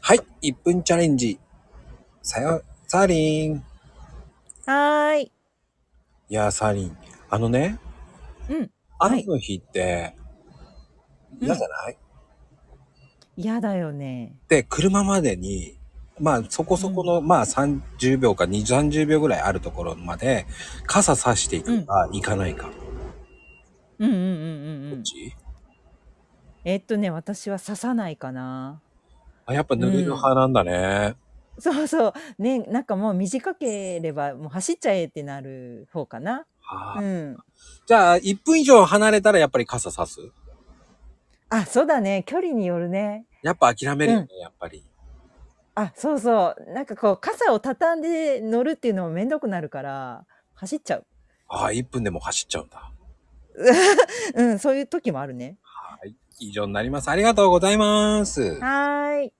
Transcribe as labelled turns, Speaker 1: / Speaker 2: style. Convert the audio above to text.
Speaker 1: はい、1分チャレンジ。さよ、サーリン。
Speaker 2: はーい。
Speaker 1: いやー、サーリン。あのね、
Speaker 2: うん。
Speaker 1: 雨の日って、
Speaker 2: うん
Speaker 1: 嫌じゃない、
Speaker 2: 嫌だよね。
Speaker 1: で、車までに、まあ、そこそこの、まあ、30秒か20、30秒ぐらいあるところまで、傘さしていくか、行かないか。
Speaker 2: うんうんうんうんう
Speaker 1: どっ
Speaker 2: ん。
Speaker 1: ち
Speaker 2: えっとね、私は刺さないかな。
Speaker 1: あ、やっぱ濡れる派なんだね。
Speaker 2: そうそう。ね、なんかもう短ければ、もう走っちゃえってなる方かな。
Speaker 1: は
Speaker 2: う
Speaker 1: あ
Speaker 2: ん。
Speaker 1: じゃあ、1分以上離れたらやっぱり傘さす
Speaker 2: あ、そうだね。距離によるね。
Speaker 1: やっぱ諦めるよね、やっぱり。
Speaker 2: あ、そうそう。なんかこう、傘を畳んで乗るっていうのもめんどくなるから、走っちゃう。
Speaker 1: ああ、1分でも走っちゃうんだ。
Speaker 2: うん、そういう時もあるね。
Speaker 1: はい。以上になります。ありがとうございます。
Speaker 2: はーい。